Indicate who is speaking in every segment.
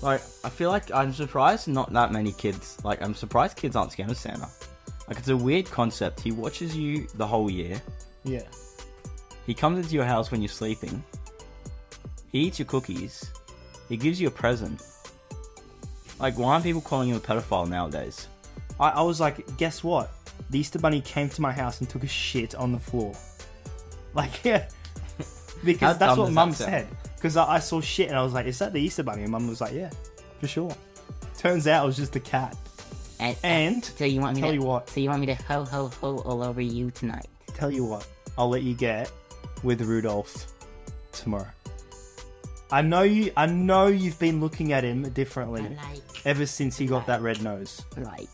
Speaker 1: Like, I feel like I'm surprised not that many kids. Like, I'm surprised kids aren't scared of Santa. Like, it's a weird concept. He watches you the whole year.
Speaker 2: Yeah.
Speaker 1: He comes into your house when you're sleeping. He eats your cookies. He gives you a present. Like, why aren't people calling him a pedophile nowadays?
Speaker 2: I, I was like, guess what? The Easter Bunny came to my house and took a shit on the floor. Like, yeah.
Speaker 1: How dumb
Speaker 2: Because that's what
Speaker 1: does
Speaker 2: mum
Speaker 1: that sound?
Speaker 2: said. Because I, I saw shit and I was like, is that the Easter Bunny? And mum was like, yeah, for sure. Turns out it was just a cat.
Speaker 3: And, uh,
Speaker 2: And
Speaker 3: so you want me
Speaker 2: tell
Speaker 3: to
Speaker 2: you what.
Speaker 3: So you want me to ho ho ho all over you tonight?
Speaker 2: Tell you what, I'll let you get with Rudolph tomorrow. I know you. I know you've been looking at him differently
Speaker 3: I like
Speaker 2: ever since he got that red nose.
Speaker 3: like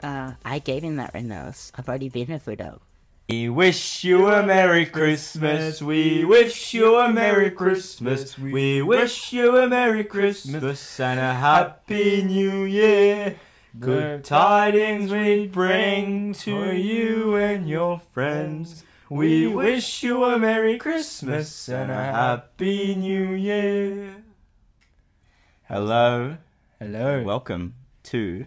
Speaker 3: uh I gave him that red nose. I've already been a Fudo.
Speaker 1: We wish you a Merry Christmas. We wish you a Merry Christmas. We wish you a Merry Christmas and a Happy New Year. Good tidings we bring to you and your friends. We wish you a Merry Christmas and a Happy New Year. Hello.
Speaker 2: Hello, well,
Speaker 1: Welcome to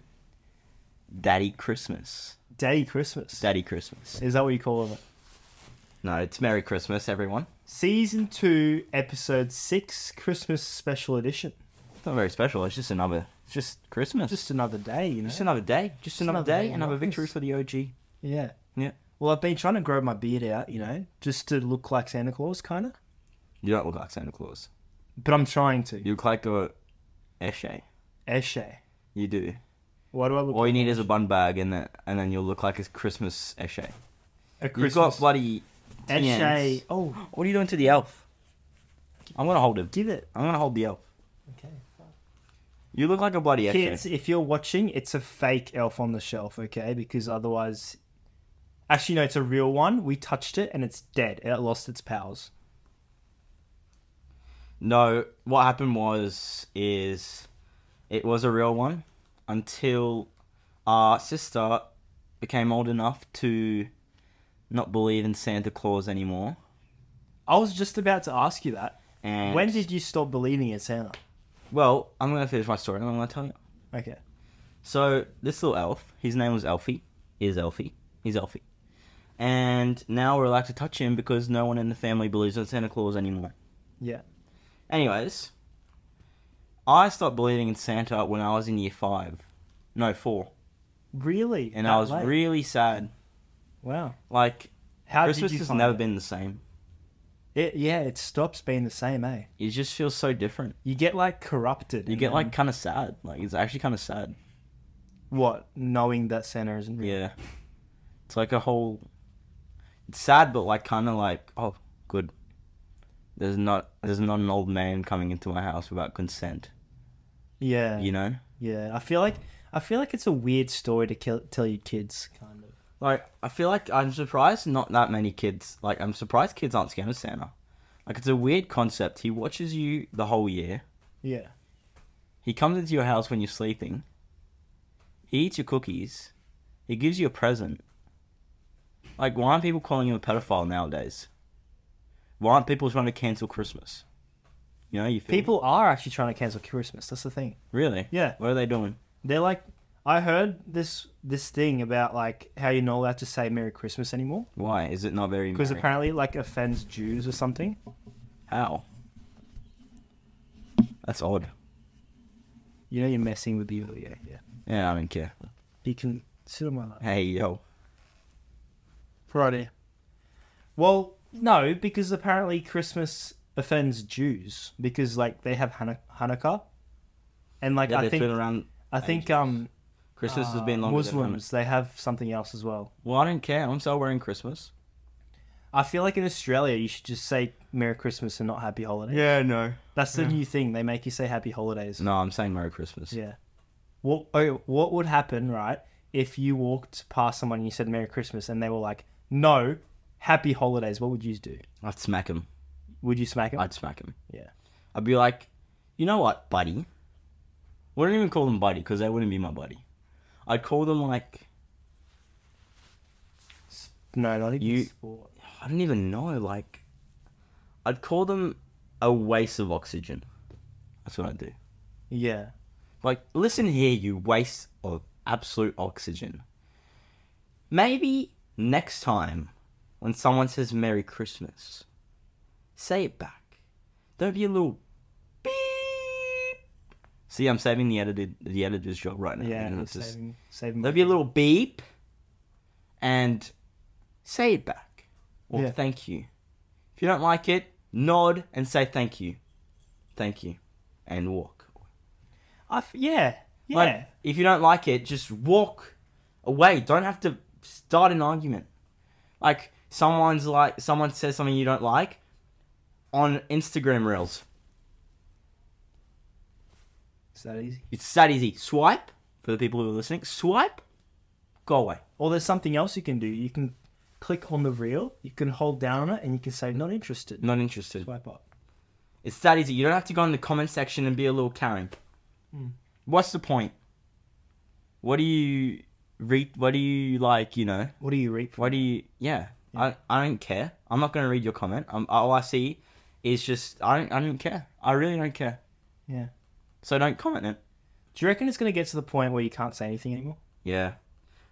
Speaker 1: Daddy Christmas.
Speaker 2: Daddy Christmas.
Speaker 1: Daddy Christmas.
Speaker 2: Is that what you call it?
Speaker 1: No, it's Merry Christmas, everyone.
Speaker 2: Season two, episode six, Christmas special edition.
Speaker 1: It's not very special. It's just another. It's just Christmas. Just,
Speaker 2: Just another day, you know.
Speaker 1: another day. Just another,
Speaker 2: another
Speaker 1: day.
Speaker 2: day in
Speaker 1: Another
Speaker 2: office.
Speaker 1: victory for the OG.
Speaker 2: Yeah.
Speaker 1: Yeah.
Speaker 2: Well, I've been trying to grow my beard out, you know, just to look like Santa Claus, kind of.
Speaker 1: You don't look like Santa Claus.
Speaker 2: But I'm trying to.
Speaker 1: You look like a esche.
Speaker 2: Eshe.
Speaker 1: You do.
Speaker 2: Why do I look
Speaker 1: All
Speaker 2: like
Speaker 1: you need is a bun bag, and then and then you'll look like a Christmas esche.
Speaker 2: a
Speaker 1: You've got
Speaker 2: Christmas?
Speaker 1: bloody.
Speaker 2: Eshe.
Speaker 1: tans.
Speaker 2: Oh,
Speaker 1: What are you doing to the elf? I'm gonna hold him.
Speaker 2: give it.
Speaker 1: I'm gonna hold the elf.
Speaker 2: Okay.
Speaker 1: You look like a bloody
Speaker 2: Kids,
Speaker 1: esche.
Speaker 2: if you're watching, it's a fake elf on the shelf, okay? Because otherwise. Actually, no, it's a real one. We touched it and it's dead. It lost its powers.
Speaker 1: No, what happened was is it was a real one until our sister became old enough to not believe in Santa Claus anymore.
Speaker 2: I was just about to ask you that.
Speaker 1: And
Speaker 2: When did you stop believing in Santa?
Speaker 1: Well, I'm gonna finish my story and I'm gonna tell you.
Speaker 2: Okay.
Speaker 1: So this little elf, his name was Elfie. Is Elfie? He's Elfie. And now we're allowed to touch him because no one in the family believes in Santa Claus anymore.
Speaker 2: Yeah.
Speaker 1: Anyways, I stopped believing in Santa when I was in year five, no four,
Speaker 2: Really?
Speaker 1: and
Speaker 2: That
Speaker 1: I was
Speaker 2: late?
Speaker 1: really sad.
Speaker 2: Wow.
Speaker 1: Like
Speaker 2: How
Speaker 1: Christmas
Speaker 2: did you
Speaker 1: has
Speaker 2: find
Speaker 1: never
Speaker 2: it?
Speaker 1: been the same.
Speaker 2: It, yeah, it stops being the same, eh?
Speaker 1: It just feels so different.
Speaker 2: You get like corrupted.
Speaker 1: You
Speaker 2: and
Speaker 1: get like
Speaker 2: then-
Speaker 1: kind of sad. Like it's actually kind of sad.
Speaker 2: what knowing that Santa isn't real.
Speaker 1: Yeah. It's like a whole. It's sad, but like kind of like oh good. There's not there's not an old man coming into my house without consent.
Speaker 2: Yeah,
Speaker 1: You know,
Speaker 2: yeah. I feel like I feel like it's a weird story to kill, tell your kids, kind of.
Speaker 1: like I feel like I'm surprised not that many kids like I'm surprised kids aren't scared of Santa. Like it's a weird concept. He watches you the whole year.
Speaker 2: Yeah,
Speaker 1: He comes into your house when you're sleeping. He eats your cookies. He gives you a present. Like, why aren't people calling him a pedophile nowadays? Why aren't people trying to cancel Christmas? You know, you feel
Speaker 2: people are actually trying to cancel Christmas. That's the thing.
Speaker 1: really,
Speaker 2: Yeah.
Speaker 1: What are they doing?
Speaker 2: They're like, I heard this this thing about like how you're not allowed to say Merry Christmas anymore
Speaker 1: Why is it not very?
Speaker 2: because
Speaker 1: merry?
Speaker 2: apparently it, like offends Jews or something.
Speaker 1: how? That's odd.
Speaker 2: You know, you're messing with people. Yeah, yeah.
Speaker 1: Yeah, I don't care.
Speaker 2: You can sit on my lap.
Speaker 1: Hey yo,
Speaker 2: Friday. Well, no, because apparently Christmas offends Jews because like they have Han- Hanukkah, and like
Speaker 1: yeah,
Speaker 2: I
Speaker 1: they've been
Speaker 2: think
Speaker 1: around.
Speaker 2: I think um
Speaker 1: Christmas has been
Speaker 2: uh,
Speaker 1: longer. Than
Speaker 2: Muslims they have something else as well.
Speaker 1: well, I don't care. I'm still wearing Christmas.
Speaker 2: I feel like in Australia you should just say Merry Christmas and not Happy Holidays.
Speaker 1: Yeah, no.
Speaker 2: that's the new thing they make you say Happy Holidays.
Speaker 1: No, I'm saying Merry Christmas.
Speaker 2: Yeah. What oh, what would happen right if you walked past someone and you said Merry Christmas and they were like No, Happy Holidays? What would you do?
Speaker 1: I'd smack him.
Speaker 2: Would you smack them?
Speaker 1: I'd smack him.
Speaker 2: Yeah.
Speaker 1: I'd be like, you know what, buddy? Wouldn't even call them buddy because they wouldn't be my buddy. I'd call them like
Speaker 2: No, not even
Speaker 1: You-
Speaker 2: sport.
Speaker 1: I don't even know. Like, I'd call them a waste of oxygen. That's what I'd do.
Speaker 2: Yeah.
Speaker 1: Like, listen here, you waste of absolute oxygen. Maybe next time when someone says Merry Christmas, say it back. Don't be a little beep. See, I'm saving the edited the editor's job right now.
Speaker 2: Yeah.
Speaker 1: You know,
Speaker 2: it's
Speaker 1: it's just-
Speaker 2: saving, saving
Speaker 1: There'll be a little beep and say it back or
Speaker 2: Yeah.
Speaker 1: thank you. If you don't like it, nod and say thank you. Thank you. And walk.
Speaker 2: I f- yeah. Yeah.
Speaker 1: Like, if you don't like it, just walk away. Don't have to start an argument. Like someone's like someone says something you don't like on Instagram reels.
Speaker 2: Is that easy?
Speaker 1: It's that easy. Swipe for the people who are listening. Swipe, go away.
Speaker 2: Or there's something else you can do. You can click on the reel. You can hold down on it, and you can say not interested.
Speaker 1: Not interested.
Speaker 2: Swipe up.
Speaker 1: It's that easy. You don't have to go in the comment section and be a little Karen.
Speaker 2: Hmm.
Speaker 1: What's the point? What do you read? What do you like? You know?
Speaker 2: What do you reap? From?
Speaker 1: What do you? Yeah. I I don't care. I'm not gonna read your comment. Um, all I see is just I don't I don't care. I really don't care.
Speaker 2: Yeah.
Speaker 1: So don't comment it.
Speaker 2: Do you reckon it's gonna get to the point where you can't say anything anymore?
Speaker 1: Yeah.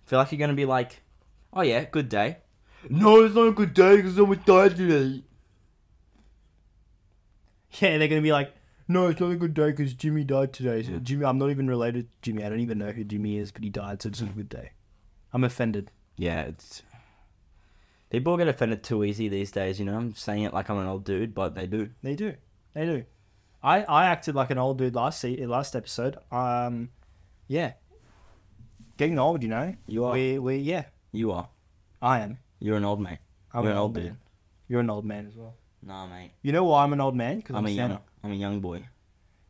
Speaker 1: Feel like you're gonna be like, oh yeah, good day. No, it's not a good day because I'm tired today.
Speaker 2: Yeah, they're gonna be like, no, it's not a good day because Jimmy died today. So Jimmy, I'm not even related to Jimmy. I don't even know who Jimmy is, but he died, so it's not a good day. I'm offended.
Speaker 1: Yeah, it's people get offended too easy these days. You know, I'm saying it like I'm an old dude, but they do.
Speaker 2: They do. They do. I, I acted like an old dude last se- last episode. Um, yeah. Getting old, you know.
Speaker 1: You are.
Speaker 2: We we yeah.
Speaker 1: You are.
Speaker 2: I am.
Speaker 1: You're an old mate.
Speaker 2: I'm
Speaker 1: You're an old dude.
Speaker 2: man. You're an old man as well.
Speaker 1: Nah, mate.
Speaker 2: You know why I'm an old man? Because
Speaker 1: I'm,
Speaker 2: I'm,
Speaker 1: a
Speaker 2: Santa.
Speaker 1: young. I'm a young boy.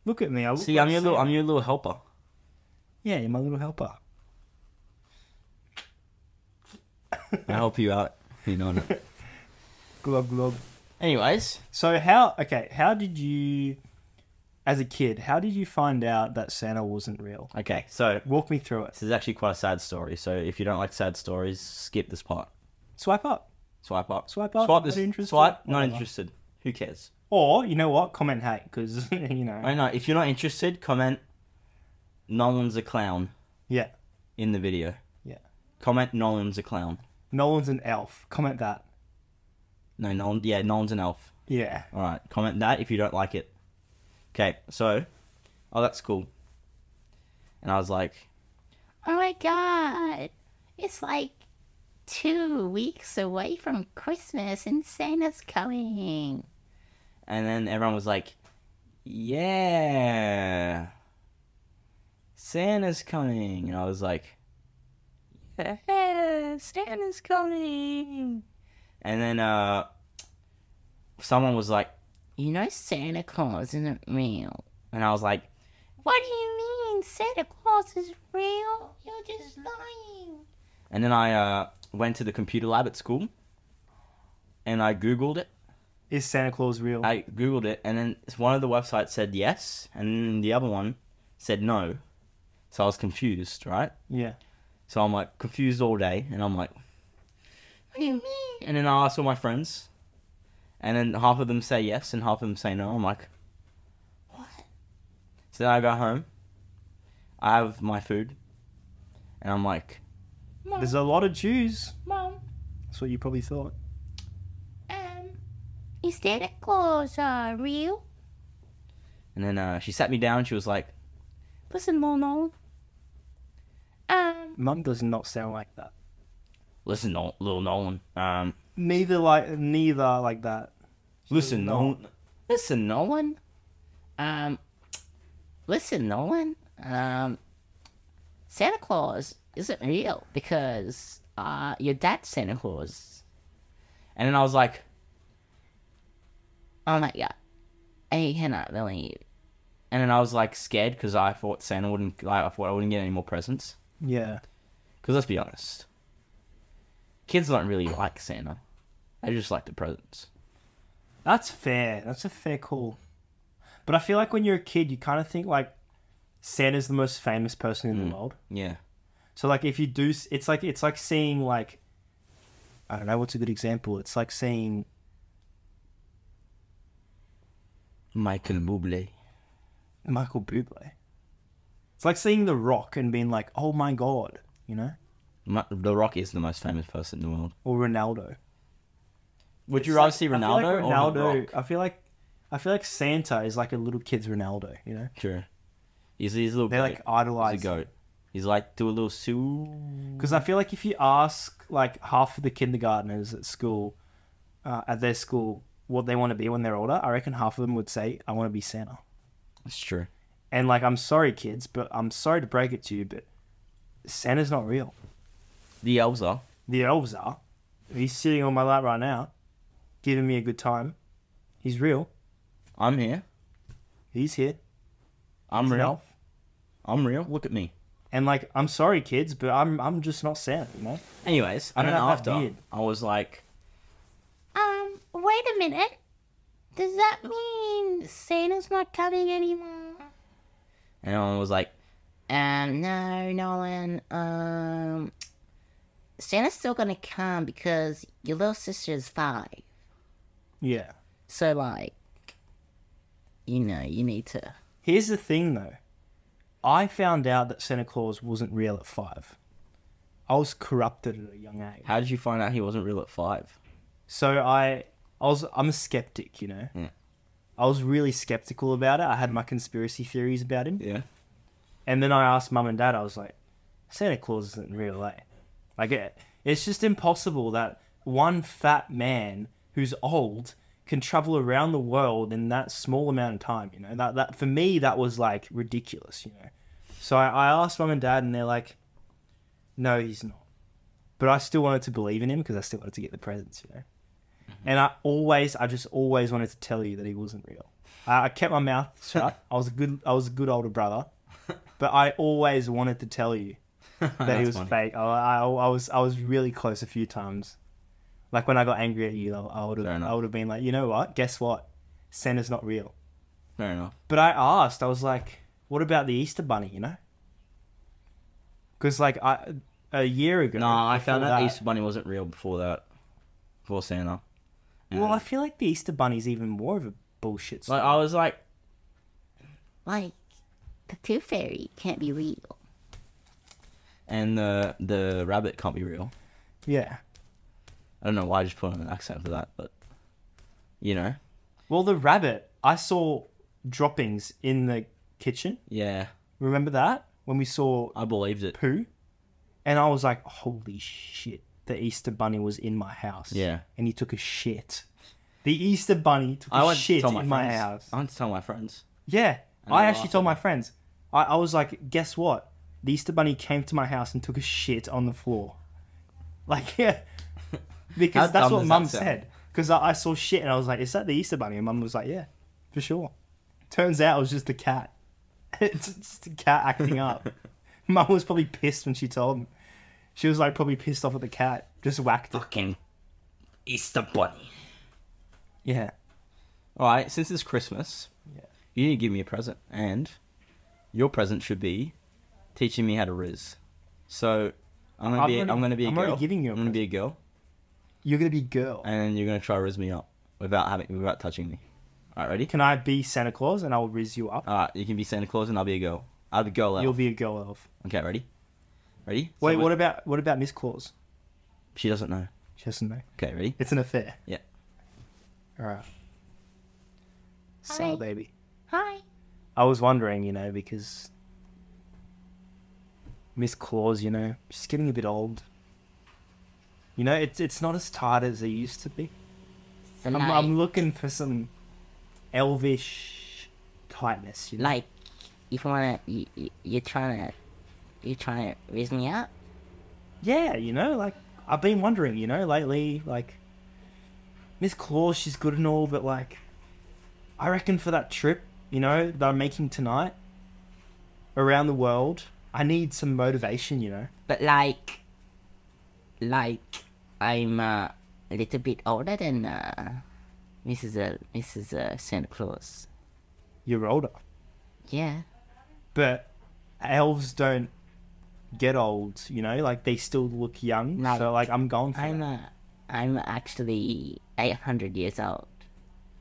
Speaker 2: Look at me. I look
Speaker 1: See,
Speaker 2: like
Speaker 1: I'm your little.
Speaker 2: Santa.
Speaker 1: I'm your little helper.
Speaker 2: Yeah, you're my little helper.
Speaker 1: I help you out. You know. what I-
Speaker 2: Glub glub.
Speaker 1: Anyways,
Speaker 2: So how okay? How did you, as a kid, how did you find out that Santa wasn't real?
Speaker 1: okay. So
Speaker 2: Walk me through it.
Speaker 1: this is actually quite a sad story. So if you don't like sad stories, skip this part.
Speaker 2: Swipe up,
Speaker 1: Swipe up.
Speaker 2: Swipe up,
Speaker 1: Swipe
Speaker 2: not
Speaker 1: this.
Speaker 2: interested,
Speaker 1: Swipe. Not
Speaker 2: whatever.
Speaker 1: interested. Who cares?
Speaker 2: or you know what? Comment hey, because you know.
Speaker 1: I know. If you're not interested, comment. Nolan's a clown
Speaker 2: Yeah,
Speaker 1: in the video.
Speaker 2: Yeah.
Speaker 1: Comment Nolan's a clown.
Speaker 2: Nolan's an elf. Comment that.
Speaker 1: No, Nolan. Yeah, Nolan's an elf.
Speaker 2: Yeah.
Speaker 1: All right, comment that if you don't like it. Okay, so, oh, that's cool. And I was like,
Speaker 3: Oh my god. It's like two weeks away from Christmas and Santa's coming.
Speaker 1: and then everyone was like, yeah, Santa's coming. And I was like, yeah, Santa's coming. And then uh, someone was like,
Speaker 3: You know Santa Claus isn't real.
Speaker 1: and I was like,
Speaker 3: What do you mean Santa Claus is real? You're just lying.
Speaker 1: and then I uh, went to the computer lab at school, and I googled it.
Speaker 2: Is Santa Claus real?
Speaker 1: I googled it, and then one of the websites said yes, and then the other one said no. So I was confused, right?
Speaker 2: yeah.
Speaker 1: So I'm like confused all day, and I'm like,
Speaker 3: What do you mean?
Speaker 1: and then I asked all my friends, and then half of them say yes, and half of them say no. I'm like,
Speaker 3: What?
Speaker 1: so then I go home, I have my food, and I'm like,
Speaker 3: Mom,
Speaker 2: There's a lot of Jews.
Speaker 3: mom,
Speaker 2: That's what you probably thought.
Speaker 3: um, is Santa Claus uh, real?
Speaker 1: and then uh, she sat me down. She was like,
Speaker 3: Listen, Lil Nolan. Um,
Speaker 2: Mum does not sound like that.
Speaker 1: "Listen, Nol- little Nolan, um,
Speaker 2: Neither like neither like that.
Speaker 1: listen,
Speaker 2: not.
Speaker 1: Nolan, listen, Nolan,
Speaker 3: um, listen, Nolan. Um, Santa Claus isn't real because uh, your dad's Santa Claus.
Speaker 1: and then I was like,
Speaker 3: Oh my god, I cannot believe.
Speaker 1: And then I was like scared because I thought Santa wouldn't like I thought I wouldn't get any more presents.
Speaker 2: Yeah.
Speaker 1: Because let's be honest, kids don't really like Santa; they just like the presents.
Speaker 2: That's fair. That's a fair call. But I feel like when you're a kid, you kind of think like Santa's the most famous person
Speaker 1: Mm.
Speaker 2: in the world.
Speaker 1: Yeah,
Speaker 2: So like if you do, s- it's like it's like seeing like I don't know what's a good example. It's like seeing
Speaker 1: Michael Bublé.
Speaker 2: Michael Bublé. It's like seeing The Rock and being like, oh my god, you know,
Speaker 1: Mu- The Rock is the most famous person in the world.
Speaker 2: or Ronaldo.
Speaker 1: Would you
Speaker 2: It's
Speaker 1: rather
Speaker 2: like-
Speaker 1: see
Speaker 2: I feel
Speaker 1: Ronaldo
Speaker 2: like
Speaker 1: or The Rock?
Speaker 2: I feel like I feel like Santa is like a little kid's Ronaldo. You know,
Speaker 1: True. He's, he's a little
Speaker 2: they like
Speaker 1: goat.
Speaker 2: idolize
Speaker 1: He's a goat. He's like do a little sue.
Speaker 2: because I feel like if you ask like half of the kindergartners at school, uh, at their school, what they want to be when they're older, I reckon half of them would say, "I want to be Santa."
Speaker 1: It's true.
Speaker 2: And like, I'm sorry, kids, but I'm sorry to break it to you, but Santa's not real.
Speaker 1: The elves are.
Speaker 2: The elves are. He's sitting on my lap right now, giving me a good time. He's real.
Speaker 1: I'm here.
Speaker 2: He's here.
Speaker 1: I'm
Speaker 2: He's an
Speaker 1: real.
Speaker 2: elf.
Speaker 1: I'm real. Look at me.
Speaker 2: And like, I'm sorry, kids, but I'm I'm just not Santa, you know.
Speaker 1: Anyways, I
Speaker 2: I
Speaker 1: don't
Speaker 2: don't
Speaker 1: know
Speaker 2: have that
Speaker 1: after
Speaker 2: beard.
Speaker 1: I was like,
Speaker 3: Um, wait a minute. Does that mean Santa's not coming anymore?
Speaker 1: and I was like,
Speaker 3: Um, no, Nolan. Um, Santa's still gonna come because your little sister is five.
Speaker 2: Yeah.
Speaker 3: So, like, you know, you need to.
Speaker 2: Here's the thing, though. I found out that Santa Claus wasn't real at five. I was corrupted at a young age,
Speaker 1: how did you find out he wasn't real at five?
Speaker 2: so I I was I'm a skeptic, you know.
Speaker 1: Yeah.
Speaker 2: I was really skeptical about it. I had my conspiracy theories about him.
Speaker 1: Yeah.
Speaker 2: And then I asked mum and dad, I was like, Santa Claus isn't real, eh? Like, it, it's just impossible that one fat man who's old can travel around the world in that small amount of time, you know? That, that For me, that was like ridiculous, you know? So I, I asked mum and dad, and they're like, no, he's not. But I still wanted to believe in him because I still wanted to get the presents, you know? And I always, I just always wanted to tell you that he wasn't real. I, I kept my mouth shut. I was a good, I was a good older brother but I always wanted to tell you that he was fake. I, I, I was I was really close a few times. Like when I got angry at you, I, I would
Speaker 1: Fair
Speaker 2: have
Speaker 1: enough.
Speaker 2: I would have been like, you know what? Guess what? Santa's not real.
Speaker 1: Fair enough.
Speaker 2: But I asked. I was like, what about the Easter Bunny? You know? Because like I a year ago.
Speaker 1: No, I
Speaker 2: before
Speaker 1: found out
Speaker 2: that-
Speaker 1: Easter Bunny wasn't real before that. Before Santa.
Speaker 2: Well, I feel like the Easter Bunny's even more of a bullshit.
Speaker 1: Like
Speaker 2: Story.
Speaker 1: I was like,
Speaker 3: Like, the Tooth Fairy can't be real.
Speaker 1: and the the rabbit can't be real.
Speaker 2: yeah.
Speaker 1: I don't know why I just put on an accent for that, but you know,
Speaker 2: Well, the rabbit. I saw droppings in the kitchen.
Speaker 1: yeah,
Speaker 2: Remember that when we saw
Speaker 1: I believed it.
Speaker 2: poo. And I was like, holy shit, the Easter Bunny was in my house.
Speaker 1: Yeah.
Speaker 2: And he took a shit. The Easter Bunny took
Speaker 1: I
Speaker 2: a
Speaker 1: went to
Speaker 2: shit
Speaker 1: tell
Speaker 2: in
Speaker 1: my
Speaker 2: my
Speaker 1: friends.
Speaker 2: house.
Speaker 1: I went to tell my friends.
Speaker 2: Yeah.
Speaker 1: And
Speaker 2: I
Speaker 1: they
Speaker 2: actually
Speaker 1: laughed
Speaker 2: told
Speaker 1: at
Speaker 2: my
Speaker 1: me.
Speaker 2: friends. I, I was like, guess what? The Easter Bunny came to my house and took a shit on the floor. Like, yeah. Because
Speaker 1: How
Speaker 2: that's
Speaker 1: dumb
Speaker 2: what
Speaker 1: does
Speaker 2: mum
Speaker 1: that sound?
Speaker 2: said. Because I, I saw shit and I was like, is that the Easter Bunny? And mum was like, yeah, for sure. Turns out it was just the cat. it's just a cat acting up. Mum was probably pissed when she told me. She was like probably pissed off at the cat. Just whacked it.
Speaker 1: Fucking Easter Bunny.
Speaker 2: Yeah.
Speaker 1: All right, since it's Christmas,
Speaker 2: Yeah.
Speaker 1: you need to give me a present, and your present should be teaching me how to riz. So I'm gonna
Speaker 2: I've
Speaker 1: be
Speaker 2: already-
Speaker 1: I'm gonna be a
Speaker 2: I'm
Speaker 1: girl.
Speaker 2: already giving you a
Speaker 1: I'm gonna be a girl,
Speaker 2: You're gonna be girl.
Speaker 1: and then you're gonna try riz me up without having without touching me. All right, ready?
Speaker 2: Can I be Santa Claus and I'll riz you up?
Speaker 1: All right, you can be Santa Claus, and I'll be a girl. I'll be girl elf.
Speaker 2: You'll be a girl elf.
Speaker 1: Okay, ready? Ready? So
Speaker 2: Wait,
Speaker 1: we-
Speaker 2: what about what about Miss Claus?
Speaker 1: She doesn't know.
Speaker 2: She doesn't know.
Speaker 1: Okay, ready?
Speaker 2: It's an affair.
Speaker 1: Yeah.
Speaker 2: Alright. So
Speaker 3: Hi.
Speaker 2: baby.
Speaker 3: Hi.
Speaker 2: I was wondering, you know, because Miss Claus, you know, she's getting a bit old. You know, it's it's not as tight as it used to be. I'm,
Speaker 3: like,
Speaker 2: I'm looking for some elvish tightness, you know.
Speaker 3: like, if you wanna, you, you, you're trying to, you're trying to raise me up.
Speaker 2: Yeah, you know, like I've been wondering, you know, lately, like Miss Claus, she's good and all, but like I reckon for that trip, you know, that I'm making tonight around the world, I need some motivation, you know.
Speaker 3: But like, like, I'm uh, a little bit older than uh, Mrs. Uh, Mrs. Uh, Santa Claus.
Speaker 2: You're older.
Speaker 3: Yeah.
Speaker 2: But elves don't get old, you know, like they still look young.
Speaker 3: No.
Speaker 2: So like I'm going for
Speaker 3: I'm
Speaker 2: that.
Speaker 3: uh, I'm actually 800 years old.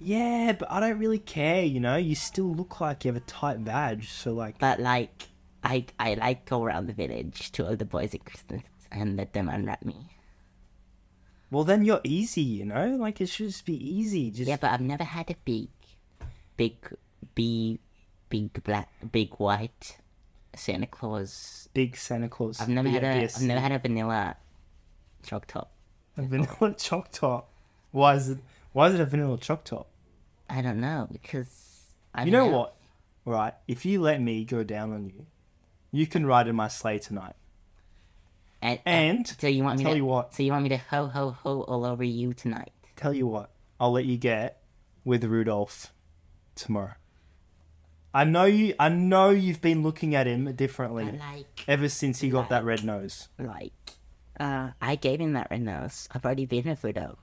Speaker 2: Yeah, but I don't really care, you know. You still look like you have a tight badge, so like
Speaker 3: But like, I I like go around the village to all the boys at Christmas and let them unwrap me.
Speaker 2: Well, then you're easy, you know? Like, it should just be easy. Just
Speaker 3: Yeah, but I've never had a big, big, big, big black, big white Santa Claus.
Speaker 2: big Santa Claus.
Speaker 3: I've never had a.
Speaker 2: BFS.
Speaker 3: have never had a vanilla chalk top.
Speaker 2: A vanilla choc top. Why is it? Why is it a vanilla choc top?
Speaker 3: I don't know because I
Speaker 2: You
Speaker 3: don't
Speaker 2: know what? Right, if you let me go down on you, you can ride in my sleigh tonight.
Speaker 3: And, uh,
Speaker 2: And
Speaker 3: so you want me
Speaker 2: tell
Speaker 3: to
Speaker 2: you what.
Speaker 3: So you want me to ho ho ho all over you tonight?
Speaker 2: tell you what, I'll let you get with Rudolph tomorrow. I know you. I know you've been looking at him differently
Speaker 3: I like
Speaker 2: ever since he got that red nose.
Speaker 3: like. Uh, I gave him that red nose. I've already been a Rudo.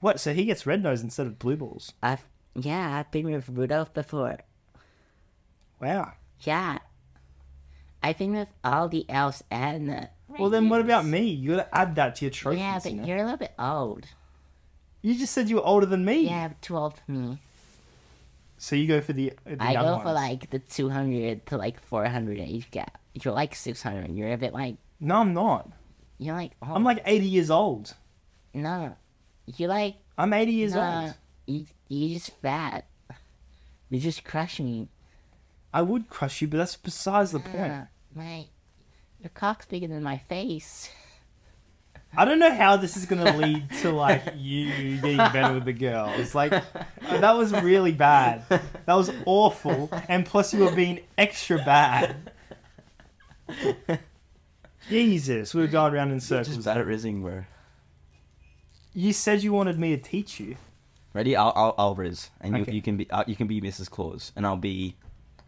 Speaker 2: What? So he gets red nose instead of blue balls?
Speaker 3: I've yeah, I've been with Rudolph before.
Speaker 2: Wow.
Speaker 3: Yeah. I've been with all the elves and the
Speaker 2: Well, then what about me? You gotta add that to your trophies.
Speaker 3: Yeah,
Speaker 2: you,
Speaker 3: but
Speaker 2: know?
Speaker 3: you're a little bit old.
Speaker 2: You just said you were older than me.
Speaker 3: Yeah, too old for me.
Speaker 2: So you go for the, the
Speaker 3: I
Speaker 2: young
Speaker 3: go
Speaker 2: ones.
Speaker 3: for like the 200 to like 400 age gap. You're like 600. You're a bit like
Speaker 2: No, I'm not.
Speaker 3: you're like oh,
Speaker 2: I'm like 80 years old.
Speaker 3: no, you're like
Speaker 2: I'm 80 years
Speaker 3: no,
Speaker 2: old.
Speaker 3: you you just fat. You just crush me.
Speaker 2: I would crush you, but that's besides the point.
Speaker 3: Uh, my your cock's bigger than my face.
Speaker 2: I don't know how this is gonna lead to like you getting better with the girls. Like that was really bad. That was awful. And plus you were being extra bad. Jesus, we were going around in
Speaker 1: Just
Speaker 2: circles.
Speaker 1: bad at rizzing, bro.
Speaker 2: You said you wanted me to teach you.
Speaker 1: Ready? I'll I'll, I'll rizz, and
Speaker 2: Okay.
Speaker 1: you, you can be uh, you can be Mrs. Claus, and I'll be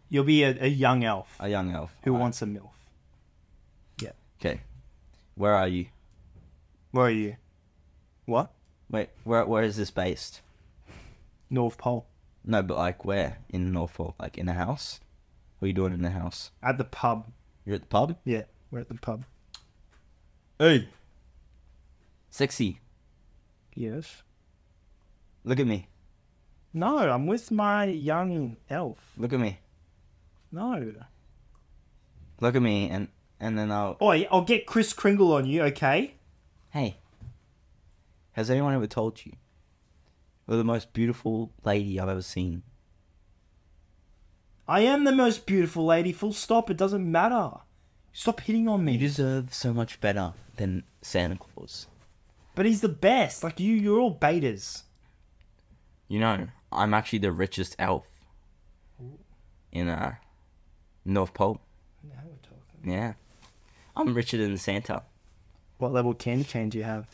Speaker 2: You'll be a, a young elf
Speaker 1: a young elf.
Speaker 2: who wants a MILF.
Speaker 1: Okay, where are you?
Speaker 2: Where are you? What?
Speaker 1: Wait, where where is this based?
Speaker 2: North Pole.
Speaker 1: No, but like where in Norfolk? Like in a house? What are you doing in a house?
Speaker 2: At the pub.
Speaker 1: You're at the pub.
Speaker 2: Yeah, we're at the pub.
Speaker 1: Hey, sexy.
Speaker 2: Yes.
Speaker 1: Look at me.
Speaker 2: No, I'm with my young elf.
Speaker 1: Look at me.
Speaker 2: No.
Speaker 1: Look at me, and and then I'll.
Speaker 2: Oi, I'll get Chris Kringle on you, okay?
Speaker 1: Hey. Has anyone ever told you? You're the most beautiful lady I've ever seen.
Speaker 2: I am the most beautiful lady, full stop, it doesn't matter. Stop hitting on me.
Speaker 1: You deserve so much better than Santa Claus.
Speaker 2: But he's the best. Like you you're all betas.
Speaker 1: You know, I'm actually the richest elf in uh, North Pole.
Speaker 2: Now we're talking.
Speaker 1: Yeah. I'm richer than Santa.
Speaker 2: What level candy cane do you have?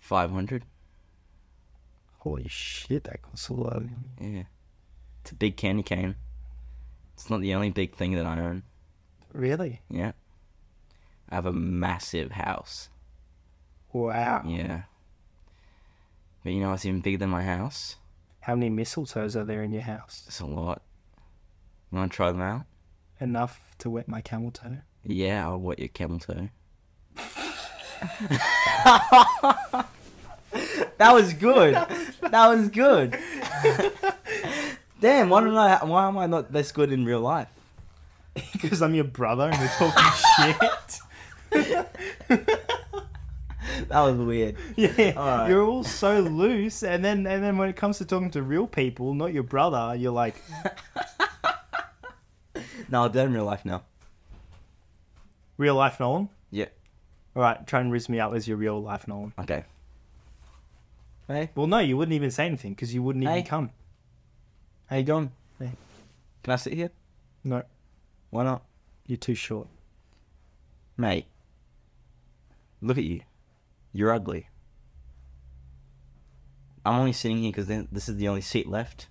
Speaker 1: 500.
Speaker 2: Holy shit, that costs a lot of money.
Speaker 1: Yeah. It's a big candy cane. It's not the only big thing that I own.
Speaker 2: Really?
Speaker 1: Yeah. I have a massive house.
Speaker 2: Wow.
Speaker 1: Yeah. But you know what's even bigger than my house?
Speaker 2: How many mistletoes are there in your house?
Speaker 1: It's a lot. You wanna try them out?
Speaker 2: Enough to wet my camel toe.
Speaker 1: Yeah, I'll wet your camel toe. that was good. That was good. Damn, why don't I? Why am I not this good in real life?
Speaker 2: because I'm your brother and we're talking shit.
Speaker 1: That was weird.
Speaker 2: Yeah,
Speaker 1: Alright.
Speaker 2: you're all so loose, and then and then when it comes to talking to real people, not your brother, you're like,
Speaker 1: No, I'll do it in real life now.
Speaker 2: real life Nolan.
Speaker 1: Yeah.
Speaker 2: All right, try and rizz me up as your real life Nolan.
Speaker 1: Okay. Hey,
Speaker 2: Well, no, you wouldn't even say anything because you wouldn't even
Speaker 1: Hey.
Speaker 2: come.
Speaker 1: how you going?
Speaker 2: Hey.
Speaker 1: Can I sit here?
Speaker 2: No,
Speaker 1: Why not,
Speaker 2: you're too short.
Speaker 1: mate? Look at you. You're ugly. I'm only sitting here because this is the only seat left.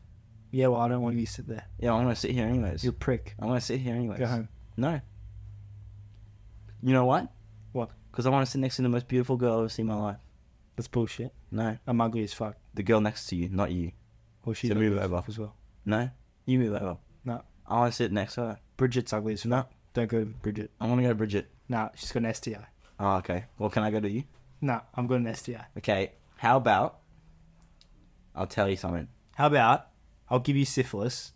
Speaker 2: Yeah, well, I don't want you to sit there.
Speaker 1: Yeah, I'm gonna sit here anyways.
Speaker 2: You're a prick.
Speaker 1: I'm gonna sit here anyways.
Speaker 2: Go home.
Speaker 1: No. You know what?
Speaker 2: What?
Speaker 1: Because I want to sit next to the most beautiful girl I've ever seen in my life.
Speaker 2: That's bullshit.
Speaker 1: No,
Speaker 2: I'm ugly as fuck.
Speaker 1: the girl next to you, not you.
Speaker 2: Well, she's
Speaker 1: So
Speaker 2: ugly
Speaker 1: move
Speaker 2: as
Speaker 1: over.
Speaker 2: fuck as well.
Speaker 1: No, you move over.
Speaker 2: No.
Speaker 1: I want to sit next to her.
Speaker 2: Bridget's ugly as fuck.
Speaker 1: No.
Speaker 2: Don't go to Bridget.
Speaker 1: I want to go to Bridget.
Speaker 2: Nah, she's got an STI.
Speaker 1: Oh, okay. Well, can I go to you?
Speaker 2: Nah, I'm got an STI.
Speaker 1: Okay. How about I'll tell you something.
Speaker 2: How about I'll give you syphilis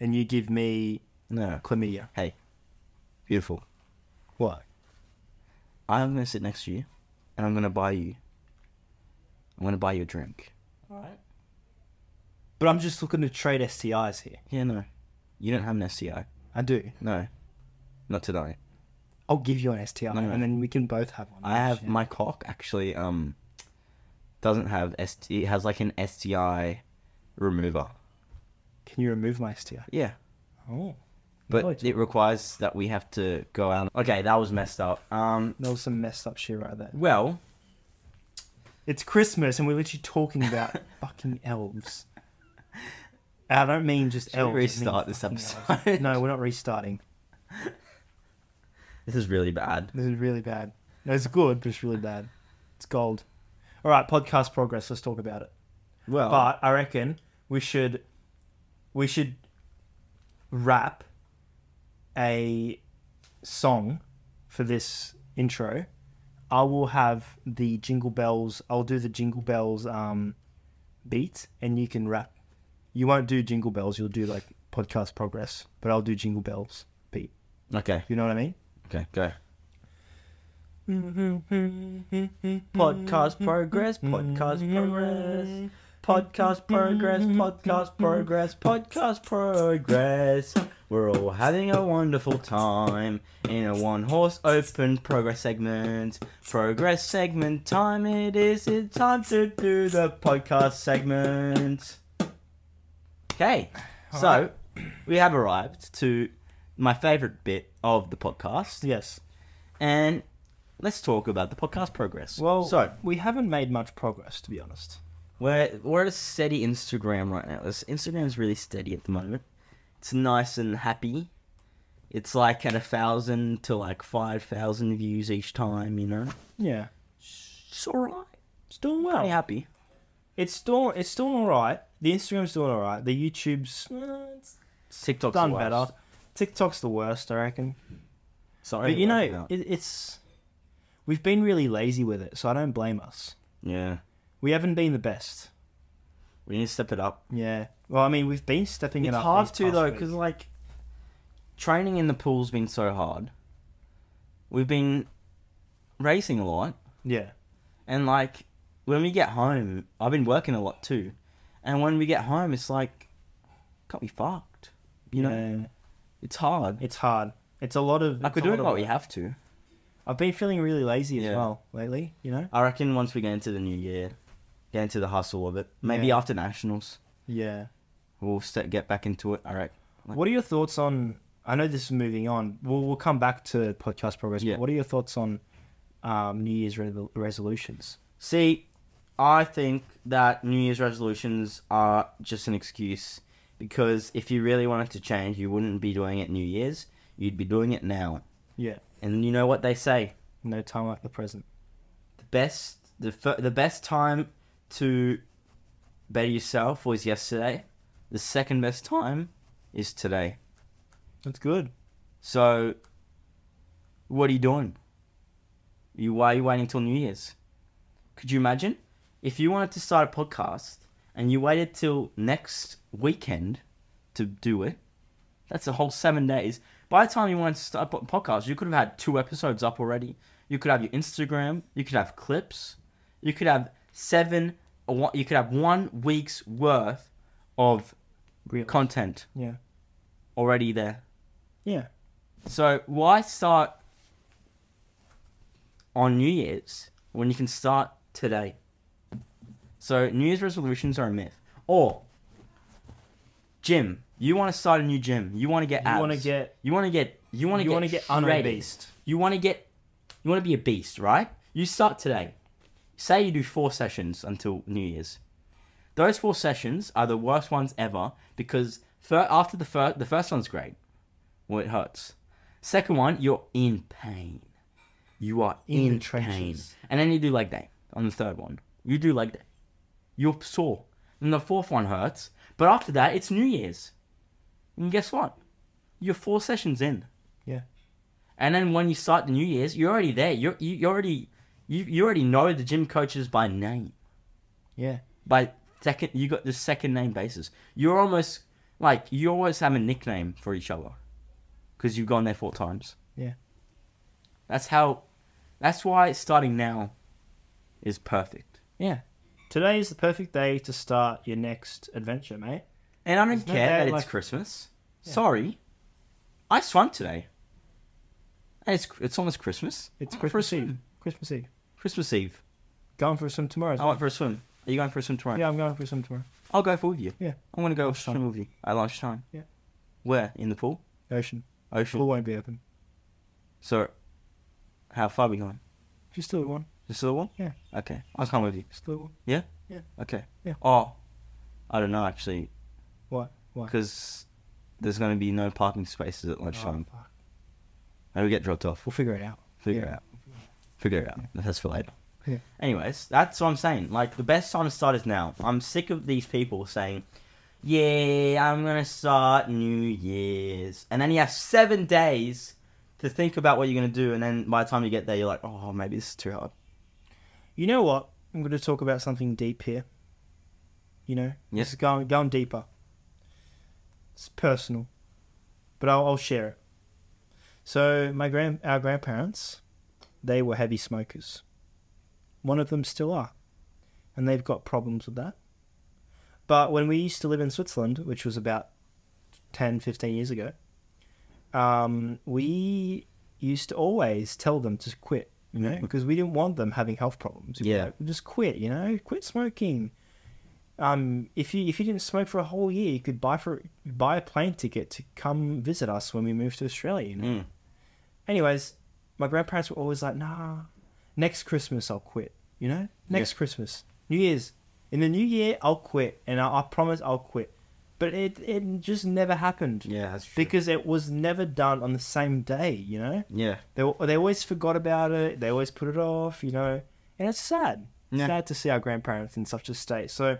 Speaker 2: and you give me
Speaker 1: No.
Speaker 2: chlamydia.
Speaker 1: Hey, beautiful.
Speaker 2: What?
Speaker 1: I'm gonna sit next to you, and I'm gonna buy you. I'm gonna buy you a drink.
Speaker 2: But I'm just looking to trade STIs here.
Speaker 1: Yeah, no, you don't have an STI.
Speaker 2: I do.
Speaker 1: No, not tonight.
Speaker 2: I'll give you an STI,
Speaker 1: No, no.
Speaker 2: and then we can both have one.
Speaker 1: I have
Speaker 2: Shit.
Speaker 1: my cock actually. Um, doesn't have ST. It has like an STI remover.
Speaker 2: Can you remove my STI?
Speaker 1: Yeah,
Speaker 2: Oh,
Speaker 1: but
Speaker 2: No, it's-
Speaker 1: it requires that we have to go out. Okay, that was messed up. Um,
Speaker 2: that was some messed up shit right there.
Speaker 1: well,
Speaker 2: It's Christmas, and we're literally talking about fucking elves. And I don't mean just
Speaker 1: we
Speaker 2: elves. I mean
Speaker 1: restart this
Speaker 2: fucking elves.
Speaker 1: episode?
Speaker 2: No, we're not restarting.
Speaker 1: this is really bad.
Speaker 2: This is really bad. No, it's good, but it's really bad. It's gold. All right, podcast progress. Let's talk about it.
Speaker 1: Well,
Speaker 2: But I reckon we should we should rap a song for this intro. I will have the jingle bells. I'll do the jingle bells um, beat, and you can rap. You won't do jingle bells. You'll do like podcast progress, but I'll do jingle bells beat.
Speaker 1: okay,
Speaker 2: You know what I mean?
Speaker 1: okay, go. Podcast progress, podcast progress, podcast progress, podcast progress, podcast progress. We're all having a wonderful time in a one horse open progress segment. Progress segment time it is. It's time to do the podcast segment. Okay, so we have arrived to my favorite bit of the podcast,
Speaker 2: Yes.
Speaker 1: and let's talk about the podcast progress.
Speaker 2: Well,
Speaker 1: so
Speaker 2: we haven't made much progress, to be honest.
Speaker 1: We're we're at a steady Instagram right now. This Instagram's really steady at the moment. It's nice and happy. It's like at a thousand to like five thousand views each time, you know.
Speaker 2: Yeah,
Speaker 1: It's alright.
Speaker 2: it's doing well.
Speaker 1: Pretty happy.
Speaker 2: It's still it's still all right. The Instagram's doing all right. The YouTube's uh, it's
Speaker 1: TikTok's
Speaker 2: done
Speaker 1: the worst.
Speaker 2: better. TikTok's the worst, I reckon.
Speaker 1: Sorry,
Speaker 2: But you
Speaker 1: about
Speaker 2: know,
Speaker 1: that.
Speaker 2: it, it's we've been really lazy with it, so I don't blame us.
Speaker 1: yeah,
Speaker 2: We haven't been the best.
Speaker 1: we need to step it up.
Speaker 2: Yeah. Well, I mean, we've been stepping it
Speaker 1: it's
Speaker 2: up.
Speaker 1: hard
Speaker 2: these
Speaker 1: to
Speaker 2: past
Speaker 1: though,
Speaker 2: weeks.
Speaker 1: because like training in the pool's been so hard. We've been racing a lot.
Speaker 2: yeah,
Speaker 1: And like when we get home, I've been working a lot too. And when we get home, it's like can't be fucked. You know,
Speaker 2: Yeah.
Speaker 1: it's hard.
Speaker 2: it's hard. It's a lot of.
Speaker 1: like we're
Speaker 2: it's a
Speaker 1: doing
Speaker 2: lot
Speaker 1: what
Speaker 2: of
Speaker 1: we
Speaker 2: work.
Speaker 1: have to.
Speaker 2: I've been feeling really lazy as
Speaker 1: Yeah.
Speaker 2: well lately. You know.
Speaker 1: I reckon once we get into the new year, get into the hustle of it. Maybe
Speaker 2: Yeah.
Speaker 1: after nationals,
Speaker 2: Yeah.
Speaker 1: we'll st- get back into it. All right. Like-
Speaker 2: What are your thoughts on? I know this is moving on. We'll we'll come back to podcast progress.
Speaker 1: Yeah.
Speaker 2: But what are your thoughts on um, New Year's re- resolutions?
Speaker 1: See, I think that New Year's resolutions are just an excuse because if you really wanted to change, you wouldn't be doing it New Year's. You'd be doing it now.
Speaker 2: Yeah,
Speaker 1: And you know what they say?
Speaker 2: no time like the present.
Speaker 1: the best the fir- the best time to better yourself was yesterday. The second best time is today.
Speaker 2: That's good.
Speaker 1: So, what are you doing? You why are you waiting till New Year's? Could you imagine if you wanted to start a podcast and you waited till next weekend to do it? That's a whole seven days. By the time you wanted to start a po- podcast, you could have had two episodes up already. You could have your Instagram. You could have clips. You could have seven. or one- You could have one week's worth of
Speaker 2: Real.
Speaker 1: content
Speaker 2: yeah,
Speaker 1: already there.
Speaker 2: yeah,
Speaker 1: So why start on New Year's when you can start today? So New Year's resolutions are a myth. Or gym. You want to start a new gym. You want to get abs.
Speaker 2: You wanna get-
Speaker 1: You want to get. You want to
Speaker 2: you
Speaker 1: get.
Speaker 2: wanna get
Speaker 1: shredded.
Speaker 2: unobese.
Speaker 1: You want to get. You want to be a beast, right? You start today. Say you do four sessions until New Year's. Those four sessions are the worst ones ever because fir- after the first, the first one's great. Well, it hurts. Second one, you're in pain. You are
Speaker 2: In
Speaker 1: in,
Speaker 2: the
Speaker 1: pain.
Speaker 2: trenches.
Speaker 1: And then you do leg day on the third one. You do leg day. You're sore. And the fourth one hurts. But after that, it's New Year's. And guess what? You're four sessions in.
Speaker 2: yeah.
Speaker 1: And then when you start the New Year's, you're already there. You're, you, you already you, you already know the gym coaches by name.
Speaker 2: Yeah.
Speaker 1: By second, you got the second name basis. You're almost like you always have a nickname for each other because you've gone there four times.
Speaker 2: Yeah.
Speaker 1: That's how. That's why starting now is perfect.
Speaker 2: Yeah. Today is the perfect day to start your next adventure, mate.
Speaker 1: And I don't
Speaker 2: Isn't
Speaker 1: care
Speaker 2: that,
Speaker 1: that, it's
Speaker 2: like-
Speaker 1: Christmas. Sorry, I swam today. And it's it's almost Christmas.
Speaker 2: It's
Speaker 1: I went for a
Speaker 2: Christmas Eve.
Speaker 1: swim.
Speaker 2: Christmas Eve.
Speaker 1: Christmas Eve.
Speaker 2: Going for a swim tomorrow. as
Speaker 1: I
Speaker 2: well.
Speaker 1: went for a swim. Are you going for a swim tomorrow?
Speaker 2: Yeah, I'm going for a swim tomorrow.
Speaker 1: I'll go for with you.
Speaker 2: Yeah.
Speaker 1: I'm gonna go
Speaker 2: Lunchtime.
Speaker 1: swim with you at lunchtime.
Speaker 2: Yeah.
Speaker 1: Where in the pool?
Speaker 2: Ocean.
Speaker 1: Ocean.
Speaker 2: Pool won't be open.
Speaker 1: So, how far we going?
Speaker 2: Just do it one.
Speaker 1: This little one?
Speaker 2: Yeah.
Speaker 1: Okay, I'll come with you.
Speaker 2: Just do it one.
Speaker 1: Okay.
Speaker 2: Yeah.
Speaker 1: Oh, I don't know actually,
Speaker 2: What? Why?
Speaker 1: because there's going to be no parking spaces at
Speaker 2: Oh,
Speaker 1: lunchtime,
Speaker 2: fuck.
Speaker 1: and we get dropped off.
Speaker 2: We'll figure it out.
Speaker 1: Figure it
Speaker 2: Yeah.
Speaker 1: out. Figure it out. That's for later.
Speaker 2: Yeah.
Speaker 1: Anyways, that's what I'm saying. Like the best time to start is now. I'm sick of these people saying, "Yeah, I'm gonna start New Year's," and then you have seven days to think about what you're gonna do, and then by the time you get there, you're like, "Oh, maybe this is too hard."
Speaker 2: You know what? I'm going to talk about something deep here. You know,
Speaker 1: Yes.
Speaker 2: this is going going deeper. It's personal, but I'll, I'll share it. So my grand our grandparents, they were heavy smokers. One of them still are, and they've got problems with that. But when we used to live in Switzerland, which was about 10, 15 years ago, um, we used to always tell them to quit, you know, because we didn't want them having health problems. We'd be
Speaker 1: Yeah.
Speaker 2: like, just quit, you know, quit smoking. Um, if you if you didn't smoke for a whole year, you could buy for buy a plane ticket to come visit us when we moved to Australia. You know?
Speaker 1: Mm.
Speaker 2: Anyways, my grandparents were always like, "Nah, next Christmas I'll quit." You know, next Christmas, New Year's, in the new year I'll quit, and I, I promise I'll quit. But it it just never happened
Speaker 1: Yeah, that's true.
Speaker 2: because it was never done on the same day. You know,
Speaker 1: yeah,
Speaker 2: they al- they always forgot about it. They always put it off. You know, and it's sad.
Speaker 1: Yeah.
Speaker 2: Sad to see our grandparents in such a state. So,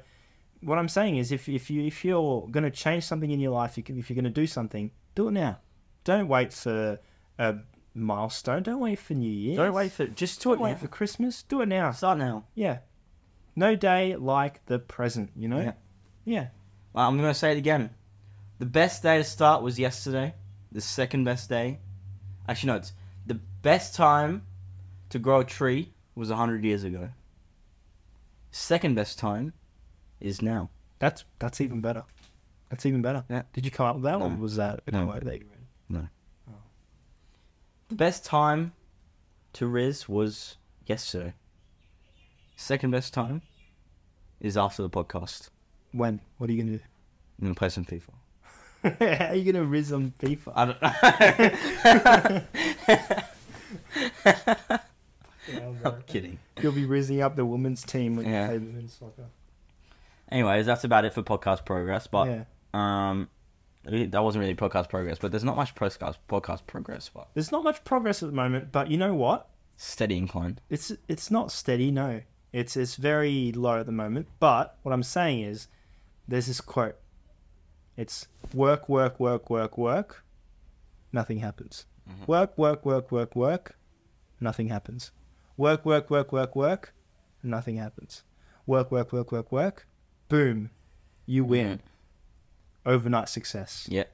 Speaker 2: what I'm saying is, if if you if you're gonna change something in your life, you can, if you're gonna do something, do it now. Don't wait for a milestone. Don't wait for New Year.
Speaker 1: don't wait for just do it
Speaker 2: Don't
Speaker 1: now.
Speaker 2: wait for Christmas. Do it now.
Speaker 1: Start now.
Speaker 2: Yeah. No day like the present. You know.
Speaker 1: Yeah.
Speaker 2: Yeah.
Speaker 1: Well, I'm gonna say it again. The best day to start was yesterday. The second best day, actually no, it's the best time to grow a tree was hundred years ago. Second best time is now.
Speaker 2: That's that's even better. That's even better.
Speaker 1: Yeah.
Speaker 2: Did you come up with that, or
Speaker 1: No.
Speaker 2: was that a
Speaker 1: No.
Speaker 2: quote that you read?
Speaker 1: The best time to riz was yesterday. Second best time is after the podcast.
Speaker 2: When? What are you gonna do?
Speaker 1: I'm gonna play some FIFA.
Speaker 2: How are you gonna riz on FIFA?
Speaker 1: I don't. I'm kidding.
Speaker 2: You'll be rizzing up the women's team when
Speaker 1: Yeah.
Speaker 2: you play women's soccer.
Speaker 1: Anyways, that's about it for podcast progress. But
Speaker 2: yeah,
Speaker 1: Um, really- that wasn't really podcast progress, but there's not much podcast podcast progress, but
Speaker 2: there's not much progress at the moment, but you know what?
Speaker 1: steady incline.
Speaker 2: It's it's not steady. No, it's it's very low at the moment. But what I'm saying is, there's this quote. It's work, work, work, work, work. Nothing happens.
Speaker 1: Mm-hmm.
Speaker 2: Work, work, work, work, work. Nothing happens. Work, work, work, work, work. Nothing happens. Work, work, work, work, work. Boom,
Speaker 1: Mm-hmm.
Speaker 2: you win. Overnight success.
Speaker 1: Yeah,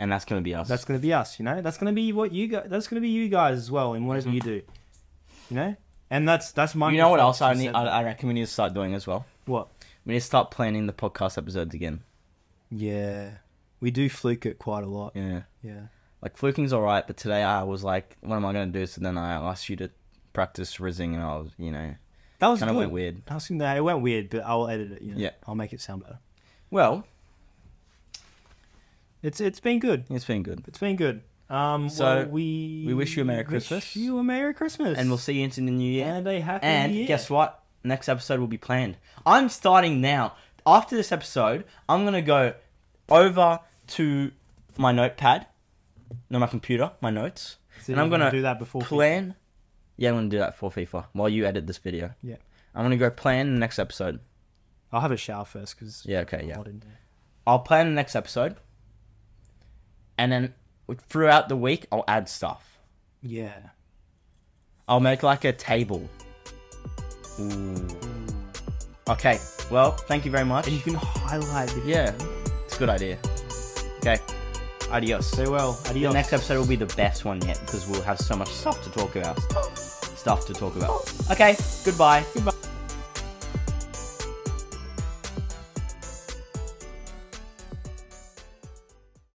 Speaker 1: and that's gonna be us.
Speaker 2: That's going to be us, you know. That's going to be what you guys. That's going to be you guys as well in whatever you do, you know. And that's that's my.
Speaker 1: Mm-hmm. you know what else I need? I, I reckon we need to start doing as well.
Speaker 2: what?
Speaker 1: We need to start planning the podcast episodes again.
Speaker 2: Yeah, we do fluke it quite a lot.
Speaker 1: Yeah,
Speaker 2: Yeah,
Speaker 1: like fluking's all right, but today I was like, what am I gonna do? So then I asked you to practice rizzing, and I was, you know,
Speaker 2: that was
Speaker 1: kind
Speaker 2: good.
Speaker 1: of went weird.
Speaker 2: I was that it went weird, but I'll edit it. You know?
Speaker 1: Yeah.
Speaker 2: I'll make it sound better.
Speaker 1: Well,
Speaker 2: It's it's been good.
Speaker 1: it's been good,
Speaker 2: It's been good. Um,
Speaker 1: So,
Speaker 2: well, we
Speaker 1: we wish you a Merry
Speaker 2: wish
Speaker 1: Christmas.
Speaker 2: You a Merry Christmas,
Speaker 1: and we'll see you into the new year.
Speaker 2: and a happy
Speaker 1: And
Speaker 2: New Year.
Speaker 1: guess what? Next episode will be planned. I'm starting now. After this episode, I'm gonna go over to my notepad, no, my computer, my notes,
Speaker 2: So
Speaker 1: and I'm
Speaker 2: you're
Speaker 1: gonna
Speaker 2: do that before
Speaker 1: plan. Yeah, I'm gonna do that for FIFA while you edit this video.
Speaker 2: Yeah.
Speaker 1: I'm gonna go plan the next episode.
Speaker 2: I'll have a shower first because
Speaker 1: Yeah, okay, yeah. I'll plan the next episode, and then throughout the week, I'll add stuff.
Speaker 2: Yeah.
Speaker 1: I'll make like a table. Ooh. Okay. Well, thank you very much.
Speaker 2: And you can highlight the
Speaker 1: Yeah, it's a good idea. Okay. Adios.
Speaker 2: Stay well.
Speaker 1: The
Speaker 2: Adios.
Speaker 1: next episode will be the best one yet because we'll have so much stuff to talk about. Stuff to talk about. Okay, goodbye. Goodbye.